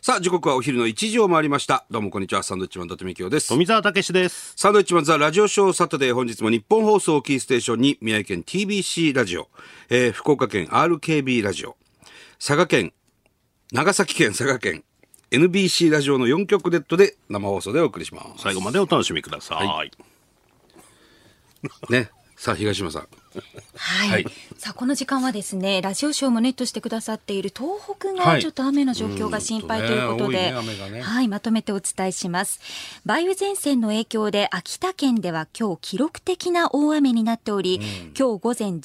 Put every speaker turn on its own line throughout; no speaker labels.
さあ、時刻はお昼の1時を回りました。どうもこんにちは。サンドウィッチマン伊達美京です。
富澤たけしです。
サンドウィッチマンザラジオショーサタデー本日も日本放送をキーステーションに宮城県 TBC ラジオ、えー福岡県 RKB ラジオ、佐賀県、長崎県佐賀県、NBC ラジオの4局ネットで生放送でお送りします。
最後までお楽しみください。
ね。さあ、東島さん。
はい、
はい
さあこの時間はですねラジオショーもネットしてくださっている東北
は
が
い
ちょっと雨の状況が心配ということで、
うんちょっとね多いね雨がね
はいまとめてお伝えします梅雨前線の影響で秋田県では今日記録的な大雨になっており、今日午前11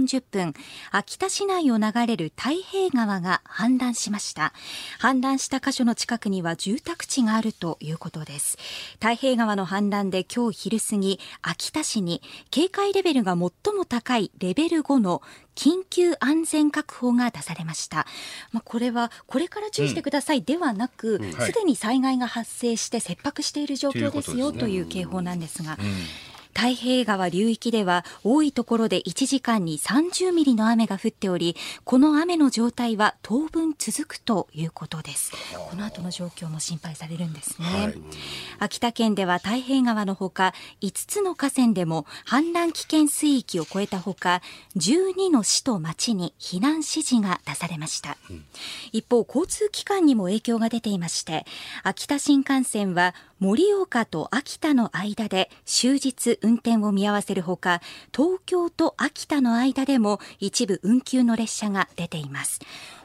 時40分秋田市内を流れる太平川が氾濫しました氾濫した箇所の近くには住宅地があるということです太平川の氾濫で今日昼過ぎ秋田市に警戒レベルが最も高いレベル5の緊急安全確保が出されました、まあ、これはこれから注意してくださいではなくすで、
はい
に災害が発生して切迫している状況ですよという警報なんですが、太平川流域では多いところで1時間に30ミリの雨が降っておりこの雨の状態は当分続くということですこの後の状況も心配されるんですね、秋田県では太平川のほか5つの河川でも氾濫危険水域を超えたほか12の市と町に避難指示が出されました、一方交通機関にも影響が出ていまして秋田新幹線は盛岡と秋田の間で終日運転を見合わせるほか東京と秋田の間でも一部運休の列車が出ています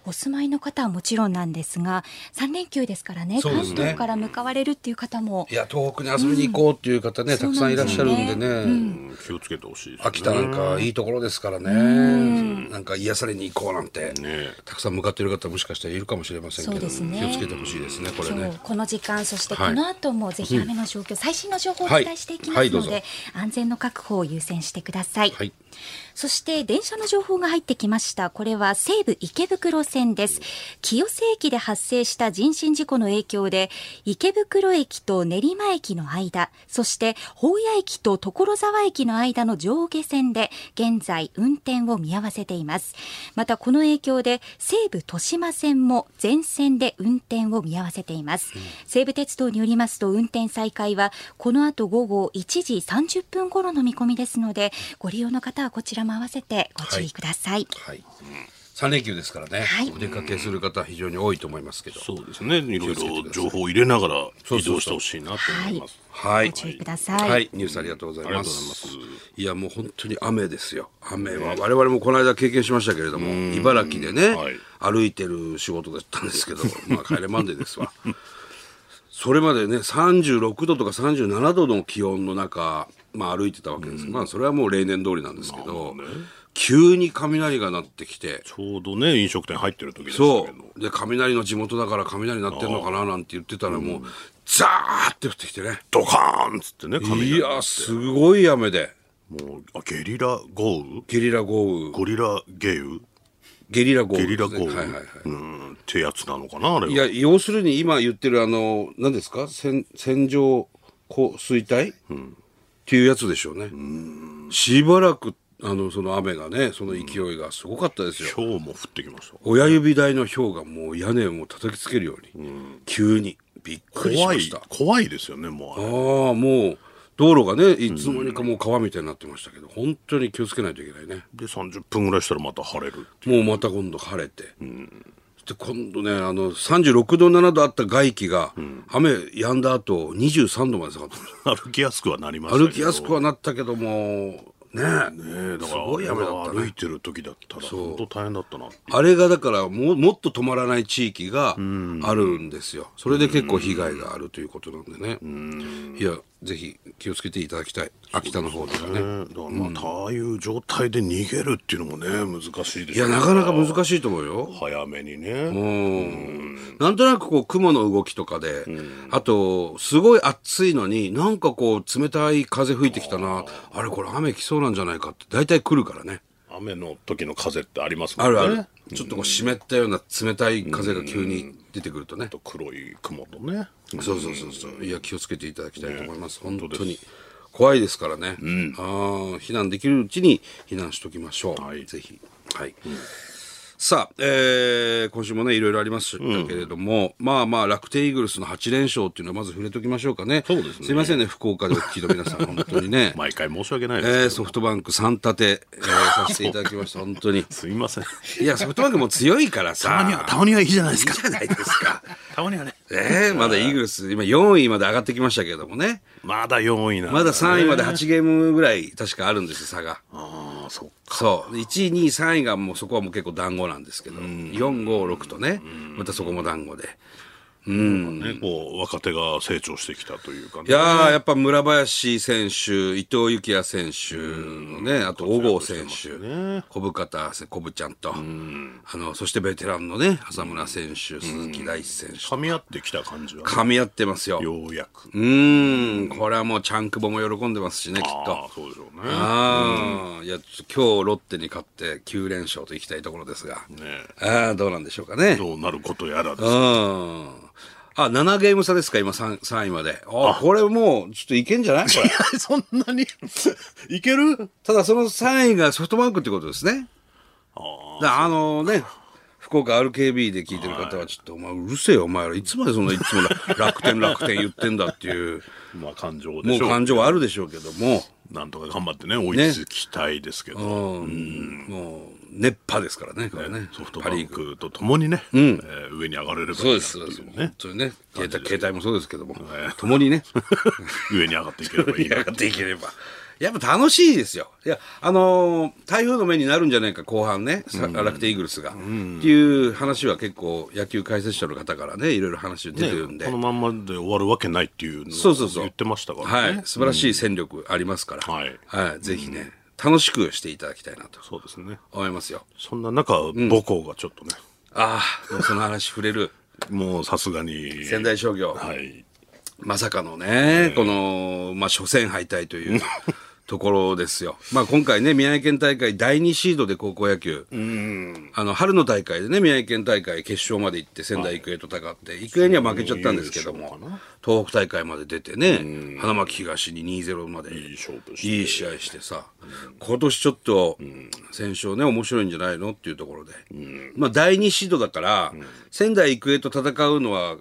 お住まいの方はもちろんなんですが3連休ですからね
そうです
関
ね
東から向かわれるっていう方も
いや、東北に遊びに行こうっていう方ね、たくさんいらっしゃるんでね。
うん気をつけてほしいですね。
秋田なんかいいところですからね。なんか癒されに行こうなんて、たくさん向かっている方もしかしたらいるかもしれませんけど、
そうですね
気をつけてほしいですね、これ
今
ね
日。この時間そして
はい
この後もぜひ雨の状況、最新の情報をお伝えしていきま
はいはい
す
どう
の
ぞ
で、安全の確保を優先してください、
はい。
そして電車の情報が入ってきましたこれは西武池袋線です清瀬駅で発生した人身事故の影響で池袋駅と練馬駅の間そして保谷駅と所沢駅の間の上下線で現在運転を見合わせていますまたこの影響で西武豊島線も全線で運転を見合わせています、西武鉄道によりますと運転再開はこの後午後1時30分頃の見込みですのでご利用の方はこちらも合わせてご注意ください、
はい。三連休ですからね、
はい
お出かけする方非常に多いと思いますけど。
そうですね。いろ
気
い
をつけてくだ
ろ
さい
情報を入れながら
そうそうそう
移動してほしいなと思います。
はい。
ご注意ください
はい、ニュースありがとうござい
ありが
ま
とうございますす。
いや、もう本当に雨ですよ。雨は、我々もこの間経験しましたけれども、茨城でね
はい、
歩いてる仕事だったんですけど、 まあ、帰れマンデーですわ。それまでね、36度とか37度の気温の中、まあ歩いてたわけです。まあ、それはもう例年通りなんですけど、急に雷が鳴ってきて、
ちょうどね飲食店入ってる時でしたけど
そ。う。で、雷の地元だから雷鳴ってんのかななんて言ってたら、もう、ザーって降ってきてね。
ドカーンっつってね。雷
いや、すごい雨で。
もうあゲリラ豪雨、
ゲリラ豪雨。
ゴリラゲウ、
ゲリラ豪雨
ゲ
で
リ
す
ラ
ね、
豪雨、
はいはいはい。
うんってやつなのかなあれは。
いや、要するに今言ってるあの、何ですか線、線状降水帯、っていうやつでしょうね。しばらく、あの、その雨がね、その勢いがすごかったですよ。
今日も降ってきました。
親指大の氷がもう屋根をもう叩きつけるように、急に、びっくりし
怖
ま
い
した。あ
怖いですよねもうあ
あ
れ。
ー、もう、道路がね、いつの間にかもう川みたいになってましたけど、本当に気をつけないといけないね。
で30分ぐらいしたらまた晴れる。
もうまた今度晴れて。で今度ね、あの、36度、7度あった外気が、雨止んだ後、23度まで下がったんですよ
歩きやすくはなりましたけど
歩きやすくはなったけども、ね
ねえだ
す
から
ごい雨だった
歩
ね
い。てる時だったら本当大変だったな
あれがだからも、もっと止まらない地域があるんですよ。それで結構被害があるということなんでね。いや、ぜひ気をつけていただきたい。秋田の方とかね。
ねだからまあ、ああいう状態で逃げるっていうのもね難しいで
い
しょ
や、
うね
なかなか難しいと思うよ。
早めにね
うんなんとなくこう雲の動きとかで、あと、すごい暑いのに、なんかこう冷たい風吹いてきたな、あれこれ雨来そうなんじゃないかって、大体来るからね。
雨の時の風ってありますも
あ
んね
るある。ちょっとこう湿ったような冷たい風が急に出てくるとね。
と黒い雲とね
そうそうそうそう。いや、気をつけていただきたいと思います。本
本
当
当で
に。怖いですからね。ああ、避難できるうちに避難しときましょう。
はい
ぜひ。はい。さあ、えー今週もね、いろいろありましたけれども、まあまあ、楽天イーグルスの8連勝っていうのはまず触れときましょうかね。
そうですね
いませんね、福岡でお聞きの皆さ ん、本当にね。
毎回申し訳ないですけど、
えーソフトバンク3立て、えー させていただきました、本当に。
すいません。
いや、ソフトバンクも強いからさ。
たまには、たまにはいいじゃないですか。
じゃないですか。
たまにはね。
ええまだイーグルス、今4位まで上がってきましたけどもね。
まだ4位なん
まだ3位まで
あ
8ゲームぐらい確かあるんですよ、差が。
あー、そっか。
そう。1位、2位、3位がもうそこはもう結構団子なんですけど、4、5、6とね、またそこも団子で。
ね、こう、若手が成長してきたというかね。
いやー、やっぱ村林選手、伊藤幸也選手のね、あと小郷選手、小深田選手、小ぶちゃんと、あの、そしてベテランのね、浅村選手、鈴木大地選手、
噛み合ってきた感じは、
噛み合ってますよ。
ようやく。
うーん、これはもうチャンクボも喜んでますしね、きっ
あ
と。
あ、そうでしょうね。
ああ、いや、ちょ今日ロッテに勝って9連勝といきたいところですが、
ね
ああ、どうなんでしょうかね。
どうなることやらで
う
す。
ん。あ、7ゲーム差ですか、今 3, 3位まで。あこれもう、ちょっといけんじゃないこれ。
そんなに いける
ただその3位がソフトバンクってことですね。だからあのね、福岡 RKB で聞いてる方はちょっと、お前うるせえよ、お前ら。いつまでそんないつも楽天楽天言ってんだっていう、
まあ感情で
もう
しょう。
感情はあるでしょうけども。
なんとか頑張ってね、追いつきたいですけど。
うんもう熱波ですからね、これね、
ソフト
パ
バ
リ
ン
ーグ。
クとともにね、えー上に上がれればいいなって
そうです、そうです。
いう
本
ね、
当にね、携帯携帯もそうですけども、共にね、
上に上がっていければいいな
やがっていければ。やっぱ楽しいですよ。いや、あのー台風の目になるんじゃないか、後半ね、さ楽天イーグルスが、っていう話は結構、野球解説者の方からね、いろいろ話出てるんで、
このまんまで終わるわけないっていうのを
そうそうそう
言ってましたからね。
はい、素晴らしい戦力ありますから、
うんはい
はい、ぜひね、楽しくしていただきたいなと
そうですね。
思いますよ。
そんな中、母校がちょっとね、
ああ、もうその話触れる、
もうさすがに、
仙台商業。
はい、
まさかのね、この、まあ、初戦敗退というところですよ。まあ、今回ね、宮城県大会第2シードで高校野球。あの、春の大会でね、宮城県大会決勝まで行って仙台育英と戦って、育英には負けちゃったんですけども
準優勝かな、
東北大会まで出てね、花巻東に2-0まで。
いい勝負して
いい試合してさ、今年ちょっと戦勝ね、面白いんじゃないのっていうところで、まあ、第2シードだから、仙台育英と戦うのは、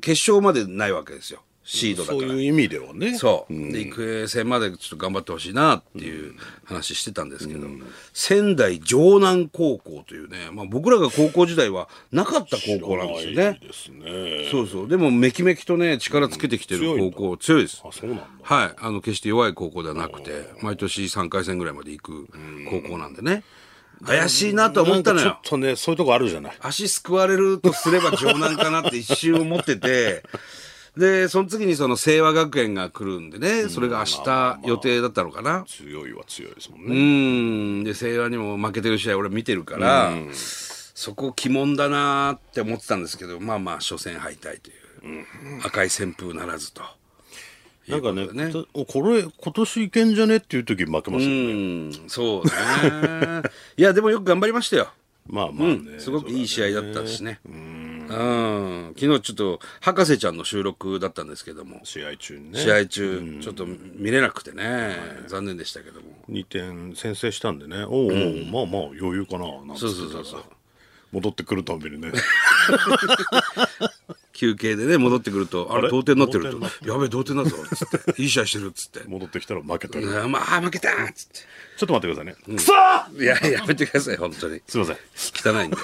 決勝までないわけですよ、シードだ
そう
から。
いう意味ではね、
そう、で育英戦までちょっと頑張ってほしいなっていう話してたんですけど、仙台城南高校というね、まあ、僕らが高校時代はなかった高校なんですよね。
ですね。
そうそう、でもめきめきとね、力つけてきてる高校、強いです。
あ、そうなんだ。
はい、あの決して弱い高校ではなくて、毎年3回戦ぐらいまで行く高校なんでね、怪しいなとは思ったの
なんか
よ。
ちょっとね、そういうとこあるじゃない。
足すくわれるとすれば城南かなって一瞬思ってて、で、その次にその清和学園が来るんでね、それが明日予定だったのかな。
強いは強いですもん
う
ね。
ん、で、清和にも負けてる試合俺見てるから、そこ鬼門だなーって思ってたんですけど、まあまあ、初戦敗退という、赤い旋風ならずと。
なんかね、
ね
とおこれ、今年いけんじゃねっていう時負けましたよね。
うん、そうね。 いや、でもよく頑張りましたよ。
まあまあね、
すごくいい試合だったしね。うん。昨日ちょっと、博士ちゃんの収録だったんですけども、
試合中にね。
試合中、ちょっと見れなくてね、残念でしたけども。
2点先制したんでね、おうおう、まあまあ余裕かな、なんつ
そ
ってたら
うそうそうそう
戻ってくるた びにね、
休憩でね、戻ってくると、あれ、
れ
同点になってる
同点になっ
と。やべえ、同点だぞ、つって。いい試合してる、つって。
戻ってきたら負けたり、ちょ
うんまあ、負けたつっ
っと待ってくださいね。くそー
て。いや、やめてください、本当に。
すいません。
汚いんで。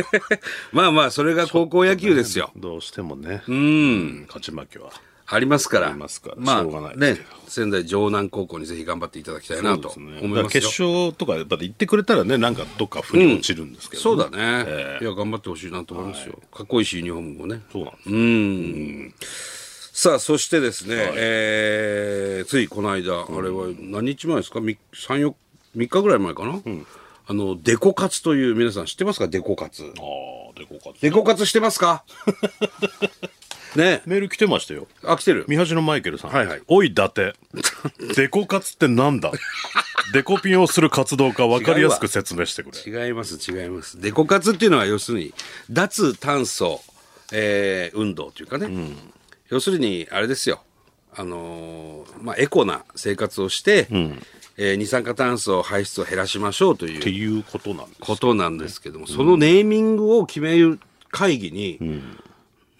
まあまあ、それが高校野球ですよ。
どうしてもね、うん、勝ち負けは。
ありますから。
ありますから
まあ、
しょうがないです
ね
け、
仙台城南高校にぜひ頑張っていただきたいなと
そう
思
です
い
ねだか
ま
ら
すよ。
決勝とかやっぱり行ってくれたらね、なんかどっか腑に落ちるんですけど、
そうだね。いや、頑張ってほしいなと思いますよ。かっこいいし、ユニフォームもね。
そうなんです、
さあ、そしてですね、えーついこの間、あれは何日前ですか ?3、4、3日ぐらい前かな、あの、デコ活という、皆さん知ってますかデコ活。
ああ、でこか
デコ活してますかね
メール来てましたよ。
あ、来てる。
三橋のマイケルさん。
はいはい
おい、伊達。デコ活ってな んだデコピンをする活動家、わかりやすく説明してくれ。
違います、違います。デコ活っていうのは、要するに、脱炭素、えー運動というかね、要するに、あれですよ、あのーまあ、エコな生活をして、えー二酸化炭素排出を減らしましょうという
っていうことなんです。
ことなんですけども、そのネーミングを決める会議に、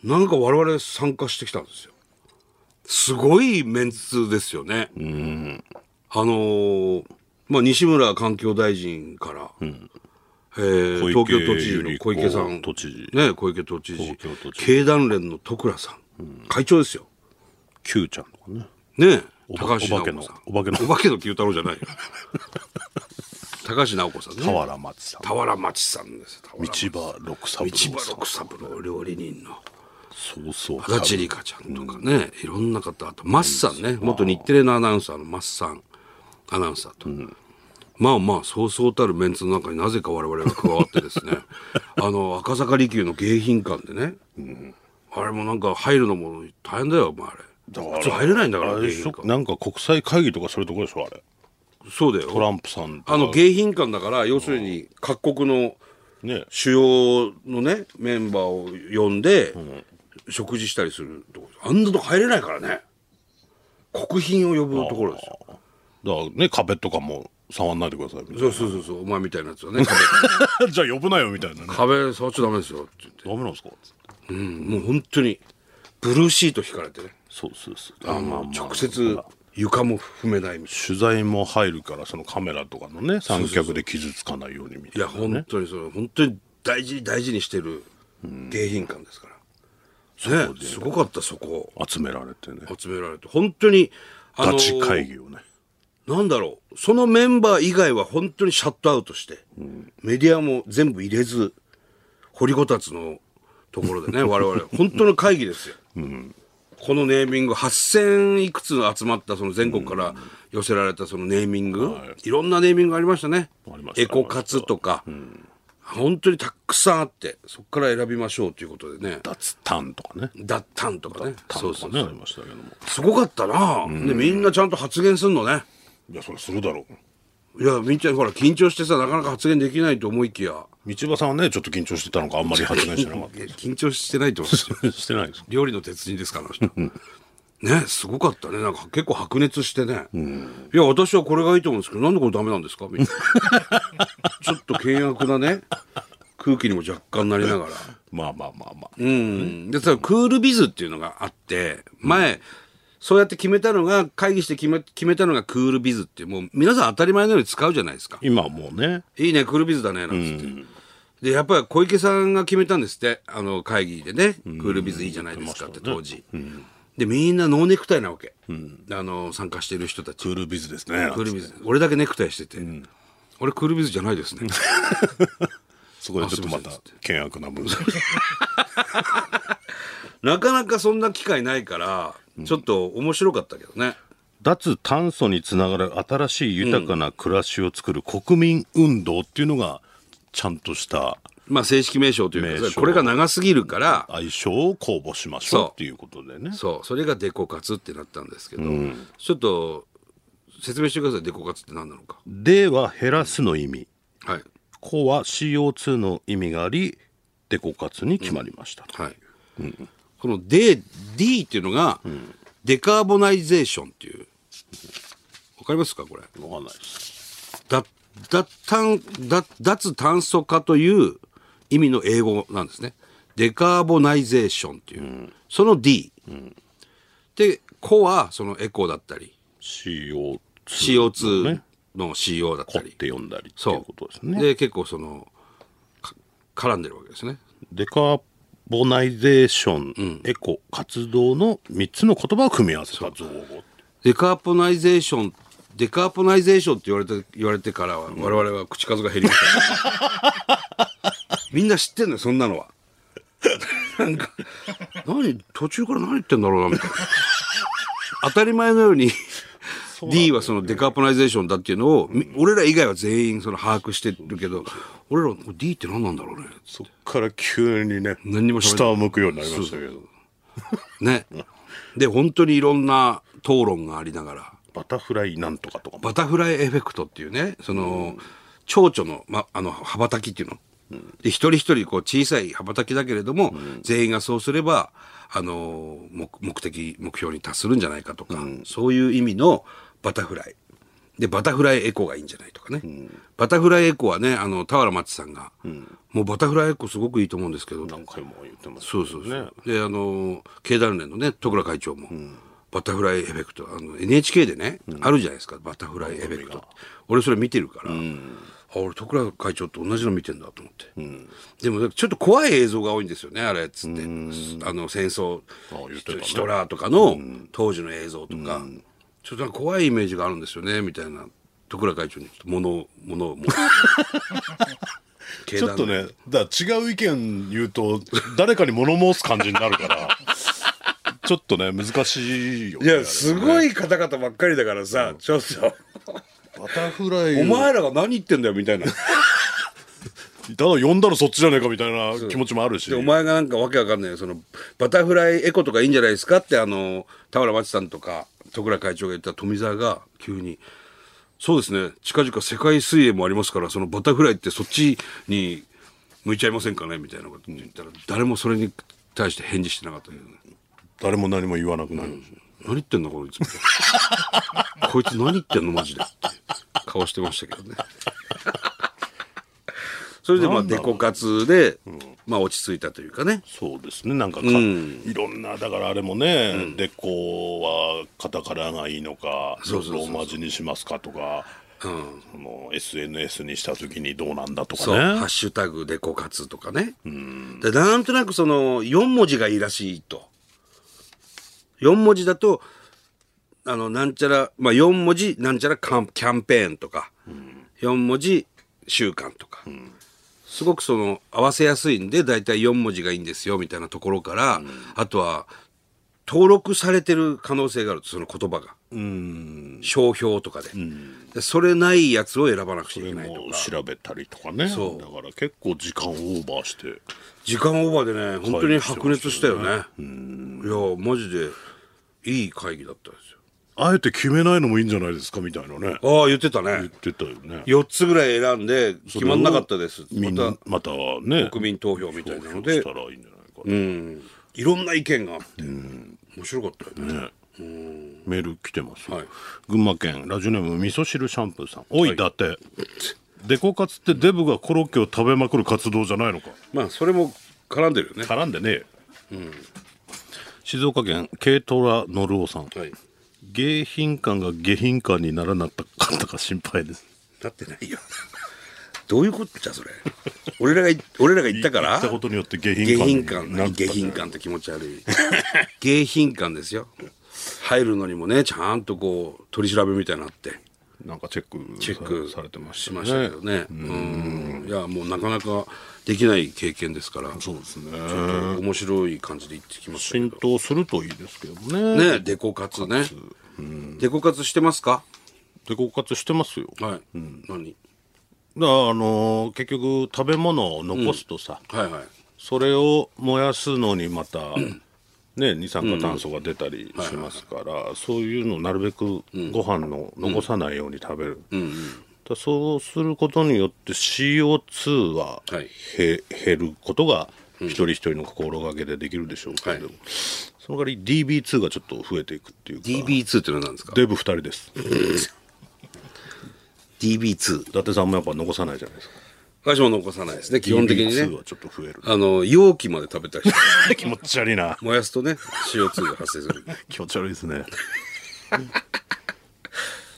なんか我々参加してきたんですよ。すごいメンツですよね。あのーまあ、西村環境大臣から、えー
小
東
池
京都知事の小池さん、
都知事
ね、小池都知事
東京都知事
経団連の徳倉さん、会長ですよ。
キューちゃんとかね。
ね
おば
高橋直子さん。
お化けのお化けの
お化けの九太郎じゃないよ。高橋直子さんね。
俵松さん。道
俵町さんです。俵町
場六
道
三郎
場
さん。
六三郎料理人の
そうそう。
足立梨花ちゃんとかね、いろんな方あとマスさんね元日テレのアナウンサーのマスさんアナウンサーと、まあまあそうそうたるメンツの中になぜか我々が加わって ですねあの赤坂離宮の迎賓館でね、あれもなんか入るのも大変だよお前あれ
だから
普通入れないんだから
あれでし
迎
ょ
賓館
なんか国際会議とかそういうとこでしょあれ。
そうだよ
トランプさんとか。
あの迎賓館だから要するに各国の
ね。
主要のねメンバーを呼んで、食事したりするとこあんなとこ入れないからね国賓を呼ぶところですよ
だからね、壁とかも触んないでくださいみたいな
そうそうそうそうお前みたいなやつはね
じゃあ呼ぶなよみたいなね。
壁壁触っちゃダメですよって言って
ダメなんですか
うんもう本当にブルーシート引かれてね
そうそうそう。
あまあ直接床も踏めないみたい
取材も入るから、そのカメラとかのね、三脚で傷つかないようにみたい
な
な、
いや本当にそれ本当に大事に大事にしてる迎賓館ですから、ねすごかったそこ
集められてね。
集められて本当にあ
ガ
の
チ会議をね。
なんだろう、そのメンバー以外は本当にシャットアウトして、メディアも全部入れず、掘りごたつのところでね、 我々、本当の会議ですよ。このネーミング、8000いくつ集まった、その全国から寄せられたそのネーミング、い、ろんなネーミングありましたね。
ありました
エコ活とか、本当にたくさんあって、そこから選びましょうということでね、
脱炭とかね。
脱炭とかね、そうそう
ね、ありましたけども。
すごかったな、で、みんなちゃんと発言するのね。
いや、それするだろう。
いや、みっちゃん、ほら、緊張してさ、なかなか発言できないと思いきや。
道場さんはね、ちょっと緊張してたのか、あんまり発言してなかっ
緊張してないと思うんですよ。
た。してないです。
料理の鉄人ですから、あの人。ね、すごかったね。なんか結構白熱してね。いや、私はこれがいいと思うんですけど、なんでこれダメなんですかみたい な。ちょっと険悪なね、空気にも若干なりながら。
まあまあまあまあ。
うん。で、さ、クールビズっていうのがあって、前、そうやって決めたのが、会議して決め決めたのがクールビズって、もう皆さん当たり前のように使うじゃないですか。
今はもうね、
いいね、クールビズだね、なんつって。で、やっぱり小池さんが決めたんですって、あの、会議でね、クールビズいいじゃないですかって当時。で、みんなノーネクタイなわけ。あの、参加している人たち。
クールビズですね。
クールビズ。俺だけネクタイしてて。俺クールビズじゃないです ね。
そこでちょっとまた、険悪な部分。
なかなかそんな機会ないから、ちょっと面白かったけどね。
脱炭素につながる新しい豊かな暮らしを作る国民運動っていうのがちゃんとした
まあ正式名称という
名
か、
称
これが長すぎるから、
愛称を公募しまし
そ
ょ
う
うっていうことでね
そうそれがデコ活ってなったんですけど、ちょっと説明してくださいデコ活って何なのか。
「で」は減らすの意味
はい。
「こ」は CO2 の意味がありデコ活に決まりましたと、
はい。この D, D っていうのが、デカーボナイゼーションっていう。わかりますかこれ。
わかんないです
だ、だ、炭、だ、脱炭素化という意味の英語なんですね。デカーボナイゼーションっていう。その D。で、コはそのエコだったり、
CO2
CO2 の CO だっ
「こ」
た
っ
り。
て呼んだりって
そ
いう
う
ことですね
で結構そのか絡んでるわけですね
デカボナイゼーション、エコ活動の3つの言葉を組み合わせた造語
デカーポナイゼーションデカーポナイゼーションって言われて言われてからは我々は口数が減りました、みん な知ってんのよそんなのは なんか何途中から何言ってんだろうなみたいな当たり前のように D はそのデカーポナイゼーションだっていうのを、み俺ら以外は全員その把握してるけど俺ら D って何なんだろうね
そっから急にね
何にも喋んない
下を向くようになりましたけど
ね。で、本当にいろんな討論がありながら、
バタフライなんとかとかも
バタフライエフェクトっていうね、その、蝶々の、ま、あの、羽ばたきっていうの。で、一人一人、こう、小さい羽ばたきだけれども、全員がそうすれば、あの、目目的、目標に達するんじゃないかとか、そういう意味のバタフライで、バタフライエコがいいんじゃないとかね。バタフライエコはね、あの、田原町さんが、もうバタフライエコすごくいいと思うんですけど、
何回も言ってますけ
そ
ど
うそうそう。で、あの、経団連のね、徳良会長も、バタフライエフェクト、あの、NHK でね、あるじゃないですか、バタフライエフェクトって。俺それ見てるから、あ、俺徳良会長と同じの見てんだと思って。でも、ちょっと怖い映像が多いんですよね、あれっつって。あの、戦争
あ言ってたね
ヒトラーとかの当時の映像とか、ちょっとなんか怖いイメージがあるんですよね、みたいな。徳良会長にちょっと物を、物をもう。
ちょっとね、だから違う意見言うと、誰かに物申す感じにな るから、ちょっとね、難しいよ
い
ね。
や、すごい方々ばっかりだからさ、ちょっと。
バタフライ
お前らが何言ってんだよみたいな。
ただ呼んだらそっちじゃねえかみたいな気持ちもあるし。
で、お前がなんかわけわかんないよ。その、バタフライエコとかいいんじゃないですかって、あの、田原町さんとか、徳良会長が言った富澤が急に、そうですね、近々世界水泳もありますから、そのバタフライってそっちに向いちゃいませんかねみたいなこと言ったら、誰もそれに対して返事してなかったけどね。
誰も何も言わなくなる。
何言ってんのこいつみたいな こいつ何言ってんのマジでって顔してましたけ どねそれでまあ
なんだ
デ
ろう
コ活で、まあ落ち着いたというかね
そうですね、なんかか、
ん
いろんな、だからあれもね、で、こうはカタカナがいいのか、
そうそうそうそう
ローマ字にしますかとか、その SNS にした時にどうなんだと
そう、
か
ハ
ね
ッ。シュタグデコ活とかね、でなんとなくその4文字がいいらしいと4文字だとあのなんちゃら、まあ、4文字なんちゃらカンキャンペーンとか、4文字週間とか、すごくその合わせやすいんで大体4文字がいいんですよみたいなところから、あとは登録されてる可能性があるとその言葉が、商標とかで,で、それないやつを選ばなくちゃいけないとか
もう調べたりとかね。だ
そう
から結構時間オーバーして。
時間オーバーでね本当に白熱したよねいやマジでいい会議だったんですよ
あえて決めないのもいいんじゃないですかみたいなね。
ああ言ってた
言っ
ね
てたよね。
4つぐらい選んで決まんなかったですま
みんな
た
またね
国民投票みたいなの
投票し
で
たらいいんじゃないか、
うんいろんな意見があって面白かったよね
ねメール来てますよ、
はい
群馬県ラジオネーム味噌汁シャンプーさんおい、だってデコ活ってデブがコロッケを食べまくる活動じゃないのか
まあそれも絡んでるよね
絡んでねえ、静岡県軽トラノルオさん、
はい
迎賓館が下品館にならなかったか心配です
なってないよどういうことじゃそれ俺らがい俺らが言ったか
言
ら
ったことによって下品
下品
館
感
になった
下品感って気持ち悪い下品感ですよ入るのにもねちゃんとこう取り調べみたいなのあって
なんかチェック
チェック
されてまし
した
ね
ましたけどねうんいやもうなかなかできない経験ですから
そうですね
面白い感じで行ってきましたけ
浸透するといいですけどね
どねデコ活ねデコ活してますか
デコ活してますよ
はい何
だからあのー結局食べ物を残すとさ、
はいはい
それを燃やすのにまた、ね、二酸化炭素が出たりしますから、そういうのをなるべくご飯の残さないように食べる、だそうすることによって CO2 は
はい
へ減ることが一人一人の心がけでできるでしょうけれど、
はい
その代わり DB2 がちょっと増えていくっていうか
DB2 ってのは何ですか
デブ2人です
DB2
伊達さんもやっぱ残さないじゃないですか
私も残さないですね基本的に
DB2
ね
はちょっと増える
あの容器まで食べたりして
気持ち悪いな
燃やすとね CO2 が発生する
気持ち悪いですね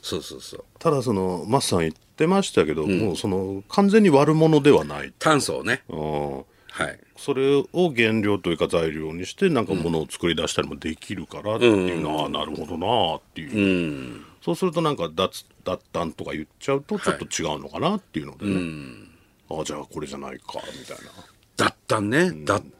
そうそうそう。
ただそのマスさん言ってましたけど、もうその完全に悪者ではない、
炭素をね。
うん、
はい。
それを原料というか材料にしてなんかものを作り出したりもできるからっていうのは、なるほどなあっていう、そうするとなんか脱脱炭とか言っちゃうとちょっと違うのかなっていうのでね、ああじゃあこれじゃないかみたいな
脱炭ね。脱炭。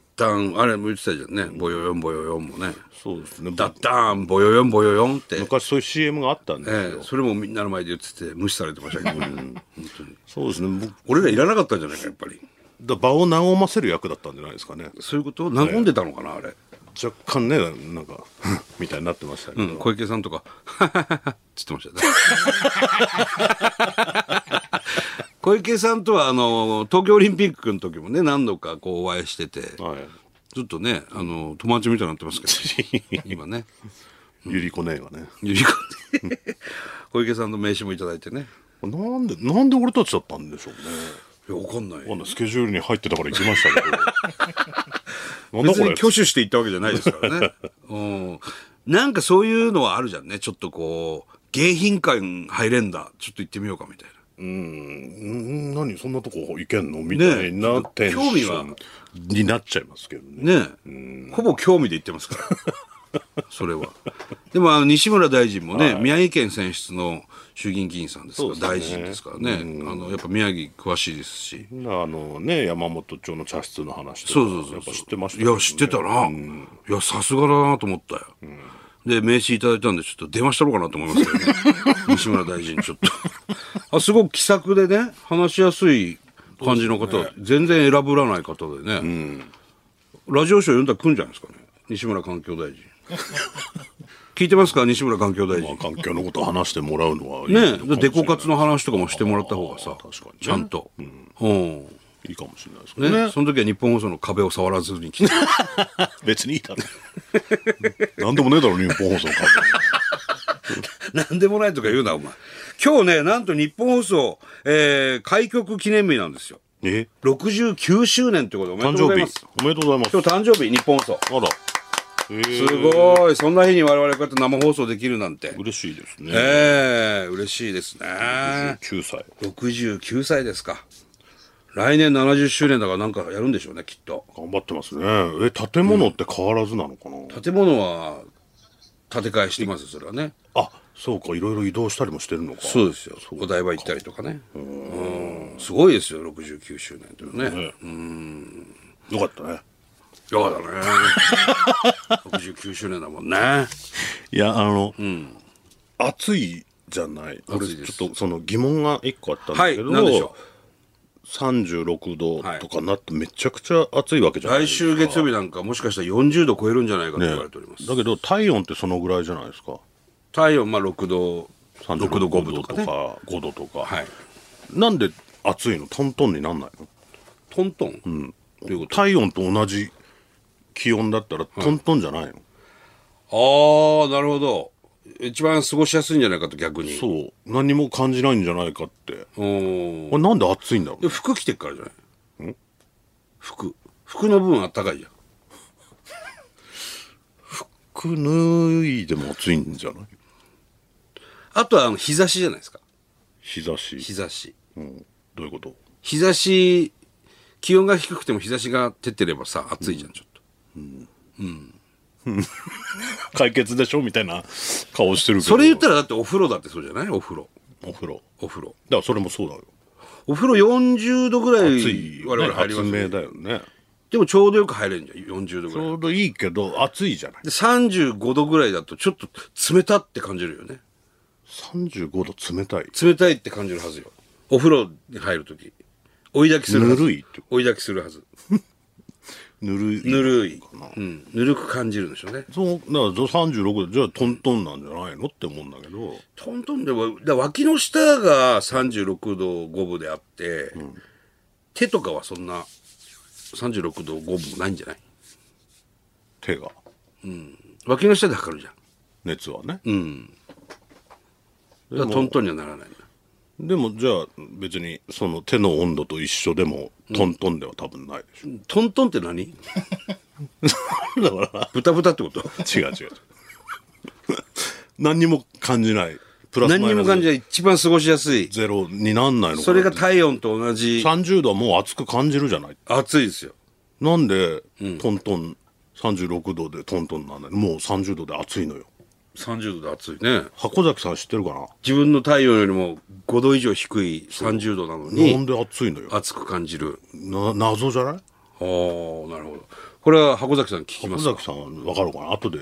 あれも言ってたじゃんね。ボヨヨンボヨヨンもね。
そうですね
脱炭、ボヨヨンボヨヨンって。
昔そういう CM があったんですよ、
ええ、それもみんなの前で言ってて無視されてましたけど、本当に
そうですね僕
俺らいらなかったんじゃないかやっぱり
だ場を和ませる役だったんじゃないですかね
そういうこと和んでたのかなあれ、
若干ねなんか みたいになってましたけど、
うん、小池さんとか 「はははは」つってましたね 小池さんとはあの東京オリンピックの時もね何度かこうお会いしてて
はい
ちょっとねあの友達みたいになってますけど 今ね
ゆりこねえがね。
ゆりこね小池さんの名刺もいただいてね。
なんで、なんで俺たちだったんでしょうね。
いや、わかんない。
わかんないスケジュールに入ってたから行きました けど。なんだ
別
こ
に
れ。
挙手していったわけじゃないですから ね。うん。なんかそういうのはあるじゃんね。ちょっとこう、迎賓館入れんだ。ちょっと行ってみようかみたいな。
うん、何そんなとこ行けんのみたい
ね
なテンシ
興味は
ョンになっちゃいますけどね。
ねえ、ほぼ興味で言ってますから、 それは。でも、あの西村大臣もね、宮城県選出の衆議院議員さんですから、
そう
大
ですね
臣ですからね、あのやっぱ宮城詳しいですし、
あのね、山本町の茶室の話とか
そうそうそう
やっぱ知ってました
い
けどね
や、知ってたな、いや、さすがだなと思ったよ。で、名刺いただいたんで、ちょっと電話したろうかなと思いますけど ね、西村大臣、ちょっと。あすごく気さくでね、話しやすい感じの方、全然選ぶらない方でね、ラジオショー読んだら来るんじゃないですかね、西村環境大 臣。聞いてますか、西村環境大
ま
臣
あ、。環境のことを話してもらうのはいい
ね
のかもしれない
え、デコ活の話とかもしてもらった方がさ
あー確かにね、
ちゃんと。うん
いいかもしれないですけどね
ね、その時は日本放送の壁を触らずに来て、
別にいいだろなんでもねえだろ日本放送の会
なんでもないとか言うな、お前。今日ね、なんと日本放送、えー開局記念日なんですよ。
え
69周年ってことでおめ
誕
でとうござい
生日
ます。
おめでとうござい
今
ます
日誕生日、日本放送。
あらえー
すごい、そんな日に我々こうやって生放送できるなんて。
嬉しいですね、
ええ嬉しいですね。
9歳
69歳ですか来年70周年だからなんかやるんでしょうねきっと
頑張ってますねえ建物って変わらずなのかな、
建物は建て替えしてますそれはね
あそうかいろいろ移動したりもしてるのか
そうですよお台場行ったりとかねうんすごいですよ69周年っていうのね
ねよかったね
よかったね69周年だもんね
いやあの、暑いじゃない俺
暑いです
ちょっとその疑問が一個あったん
は
だ
い
けど、
なんでしょ
36度とかなってめちゃくちゃ暑いわけじ
う
ゃないで
来
すか
週月曜日なんかもしかしたら40度超えるんじゃないかと言われております、
だけど体温ってそのぐらいじゃないですか
体温まあ6度6
36
度5分とかね
5度とか、
はい
なんで暑いのトントンになんないの
トントン、どういうこと
体温と同じ気温だったらトントンじゃない
あ
の、
あなるほど一番過ごしやすいんじゃないかと逆に
そう何も感じないんじゃないかって
うん
あなんで暑いんだろう
で服着てっからじゃない服服の部分あったかいじゃん
服脱いでも暑いんじゃない
あとはあの日差しじゃないですか
日差し
日差し
うん、どういうこと
日差し気温が低くても日差しが照ってればさ暑いじゃんちょっと、
解決でしょみたいな顔してるけど
それ言ったらだってお風呂だってそうじゃないお風呂
お風呂
お風呂
だからそれもそうだよ
お風呂40度ぐら
暑
い
い
我
よ、ね、
々入りますよ
発
ね
明だよね
でもちょうどよく入れるんじゃん40度ぐ
ち
らい
ょうどいいけど暑いじゃない
で35度ぐらいだとちょっと冷たって感じるよね
35度冷たい
冷たいって感じるはずよお風呂に入るとき追い焚きするはず
ぬるいって
追い焚きするはず
ぬるい
ぬるい
かな、
うん、ぬるく感じるんでしょうね
そうだから36度じゃあトントンなんじゃないのって思うんだけど
トントンでもだ脇の下が36度5分であって、手とかはそんな36度5分もないんじゃない
手が
脇の下で測るじゃん
熱はね、
だからトントンにはならない
でもじゃあ別にその手の温度と一緒でもトントンでは多分ないでしょ、
トントンって 何
だから
ブタブタってこと
違う違 う何にも感じないプラス
何
マ
に
イ
も
ナ
感じ
ス
ない一番過ごしやすい
ゼロになんないのかな
それが体温と同じ
30度はもう熱く感じるじゃない
暑いですよ
なんでトントン36度でトントンなんないもう30度で暑いのよ
30度で暑いね
箱崎さん知ってるかな
自分の体温よりも5度以上低い30度なの
なん
に
で暑いのよ
熱く感じる
な謎じゃない
ああなるほどこれは箱崎さん聞きま
箱
す
崎さん分かるかな後で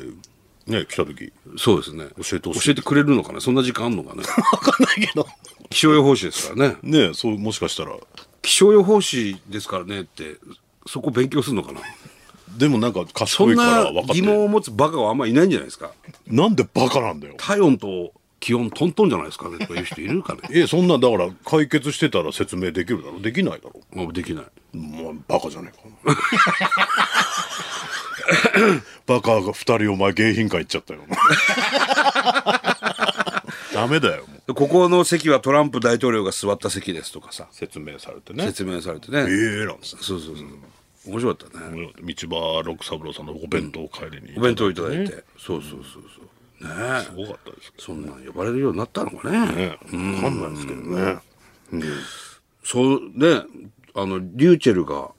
ね来た時
そうですね
教えてほしい
教 えてくれるのかなそんな時間あんのかな
分かんないけど
気象予報士ですからね
ねえそうもしかしたら
気象予報士ですからねってそこ勉強するのかな
でもなんか
そ
賢
ん
いから
な
分かって
疑問を持つバカはあんまいないんじゃないですか
なんでバカなんだよ
体温と気温トントンじゃないですかねとか言う人いるかね
えそんなんだから解決してたら説明できるだろうできないだろ
もうできないう
もうバカじゃねえか バカが2人お前迎賓館行っちゃったよ ダメだよも
で
う
ここの席はトランプ大統領が座った席ですとかさ
説明されてね
説明されてね、
ええなんです
そうそうそう、面白かったね
道場六三郎さんのお弁当を帰りに、
お弁当いただいて、そうそうそうそうね
す
え
ごかったですけ
そんなん呼ばれるようになったのかね
どね分かんないですけどね
そうねあのリューチェルが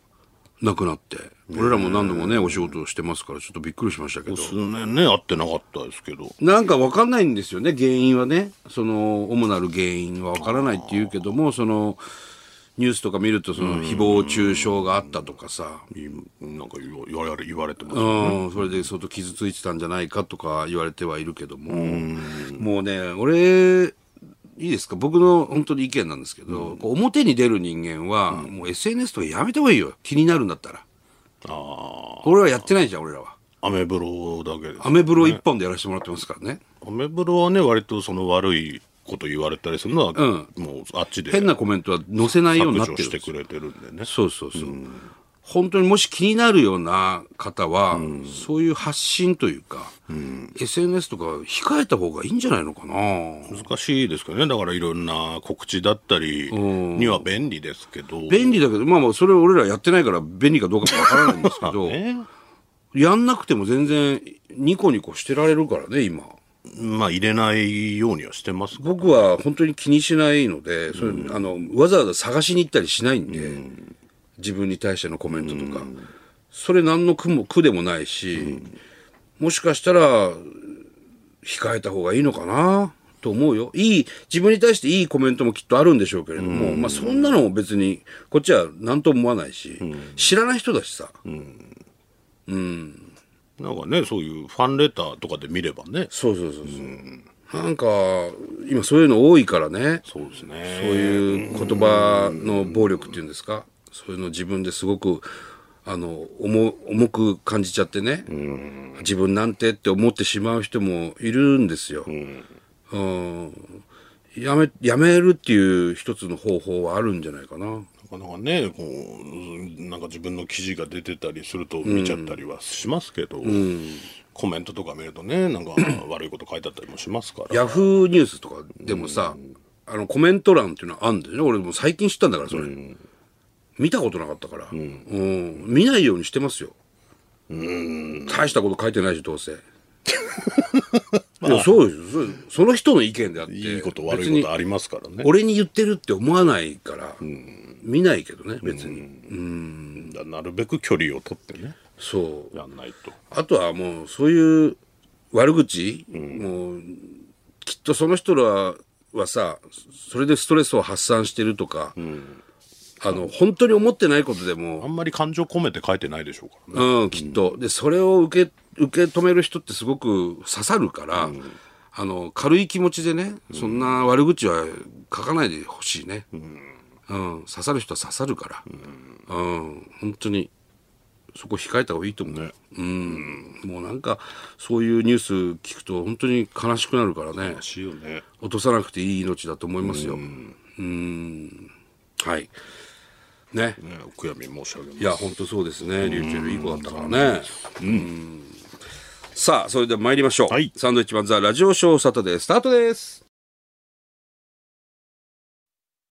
亡くなって俺らも何度もねお仕事をしてますからちょっとびっくりしましたけど
数年ね会ってなかったですけど
なんか分かんないんですよね原因はねその主なる原因は分からないって言うけどもそのニュースとか見るとその誹謗中傷があったとかさ
いなんか言わ言われ言われてますね、
うん、それで相当傷ついてたんじゃないかとか言われてはいるけども、もうね、俺、いいですか、僕の本当に意見なんですけど、こう表に出る人間は、もう SNS とかやめた方がいいよ、気になるんだったら。
あ
俺はやってないじゃん、俺らは。
あアメブロだけです
アメブロ一本でやらせてもらってますからね。
アメブロはね割とその悪いこと言われたりするのは、
ん
もうあっちで
変なコメントは載せないようになって
削
るんで
除
す
し
よ
てくれてるんでね
そうそうそう。本当にもし気になるような方は、そういう発信というか、SNS とか控えた方がいいんじゃないのかな。
難しいですけどねだからいろんな告知だったりには便利ですけど
便利だけど、まあまあ、それ俺らやってないから便利かどうかもわからないん ですけど、
ね
やんなくても全然ニコニコしてられるからね、今。
まあ入れないようにはしてますが
僕は本当に気にしないので、それあのわざわざ探しに行ったりしないんで、自分に対してのコメントとか。それ何の苦も苦でもないし、もしかしたら控えた方がいいのかなと思うよ。いい、自分に対していいコメントもきっとあるんでしょうけれども、まあそんなのも別に、こっちは何とも思わないし、知らない人だしさ、
なんかねそういうファンレターとかで見ればね
そうそうそうそう。なんか、今そういうの多いからね。そ
そうです
う
ね
いう言葉の暴力っていうんですか。そういうの自分ですごく、あの、重重く感じちゃってね。自分なんてって思ってしまう人もいるんですよ。うんやめ、やめるっていう一つの方法はあるんじゃないかな。
なかなかねこうなんか自分の記事が出てたりすると見ちゃったりはしますけど、コメントとか見るとねなんか悪いこと書いてあったりもしますから
ヤフーニュースとかでもさ、あのコメント欄っていうのはあんだよね。俺も最近知ったんだから、それ。見たことなかったから、うん見ないようにしてますよ。大したこと書いてないし、どう せ。いやそうですよそその人の意見であって。
いいこと悪
別
い
に
ことありますからね
俺に言ってるって思わないから、見ないけどね、別に。
だなるべく距離を取ってね
そう。
やんないと
あとはもうそういう悪口、もうきっとその人らはさそれでストレスを発散してるとか、あの本当に思ってないことで
あ
も、
んまり感情込めて書いてないでしょうからね
うん、きっとでそれを受け受け止める人ってすごく刺さるから、あの軽い気持ちでねそんな悪口は書かないでほしいね、うん刺さる人は刺さるから、うん本当にそこ控えた方がいいと思う、
ね
うん、もうなんかそういうニュース聞くと本当に悲しくなるからね
らしいよね
落とさなくていい命だと思いますようんはいね
ねお悔やみ申し上げます
いや本当そうですねリュウチェルいい子だったからねうんさあそれでは参りましょう、
はい
サンドイッチマンザラジオショーサタデースタートです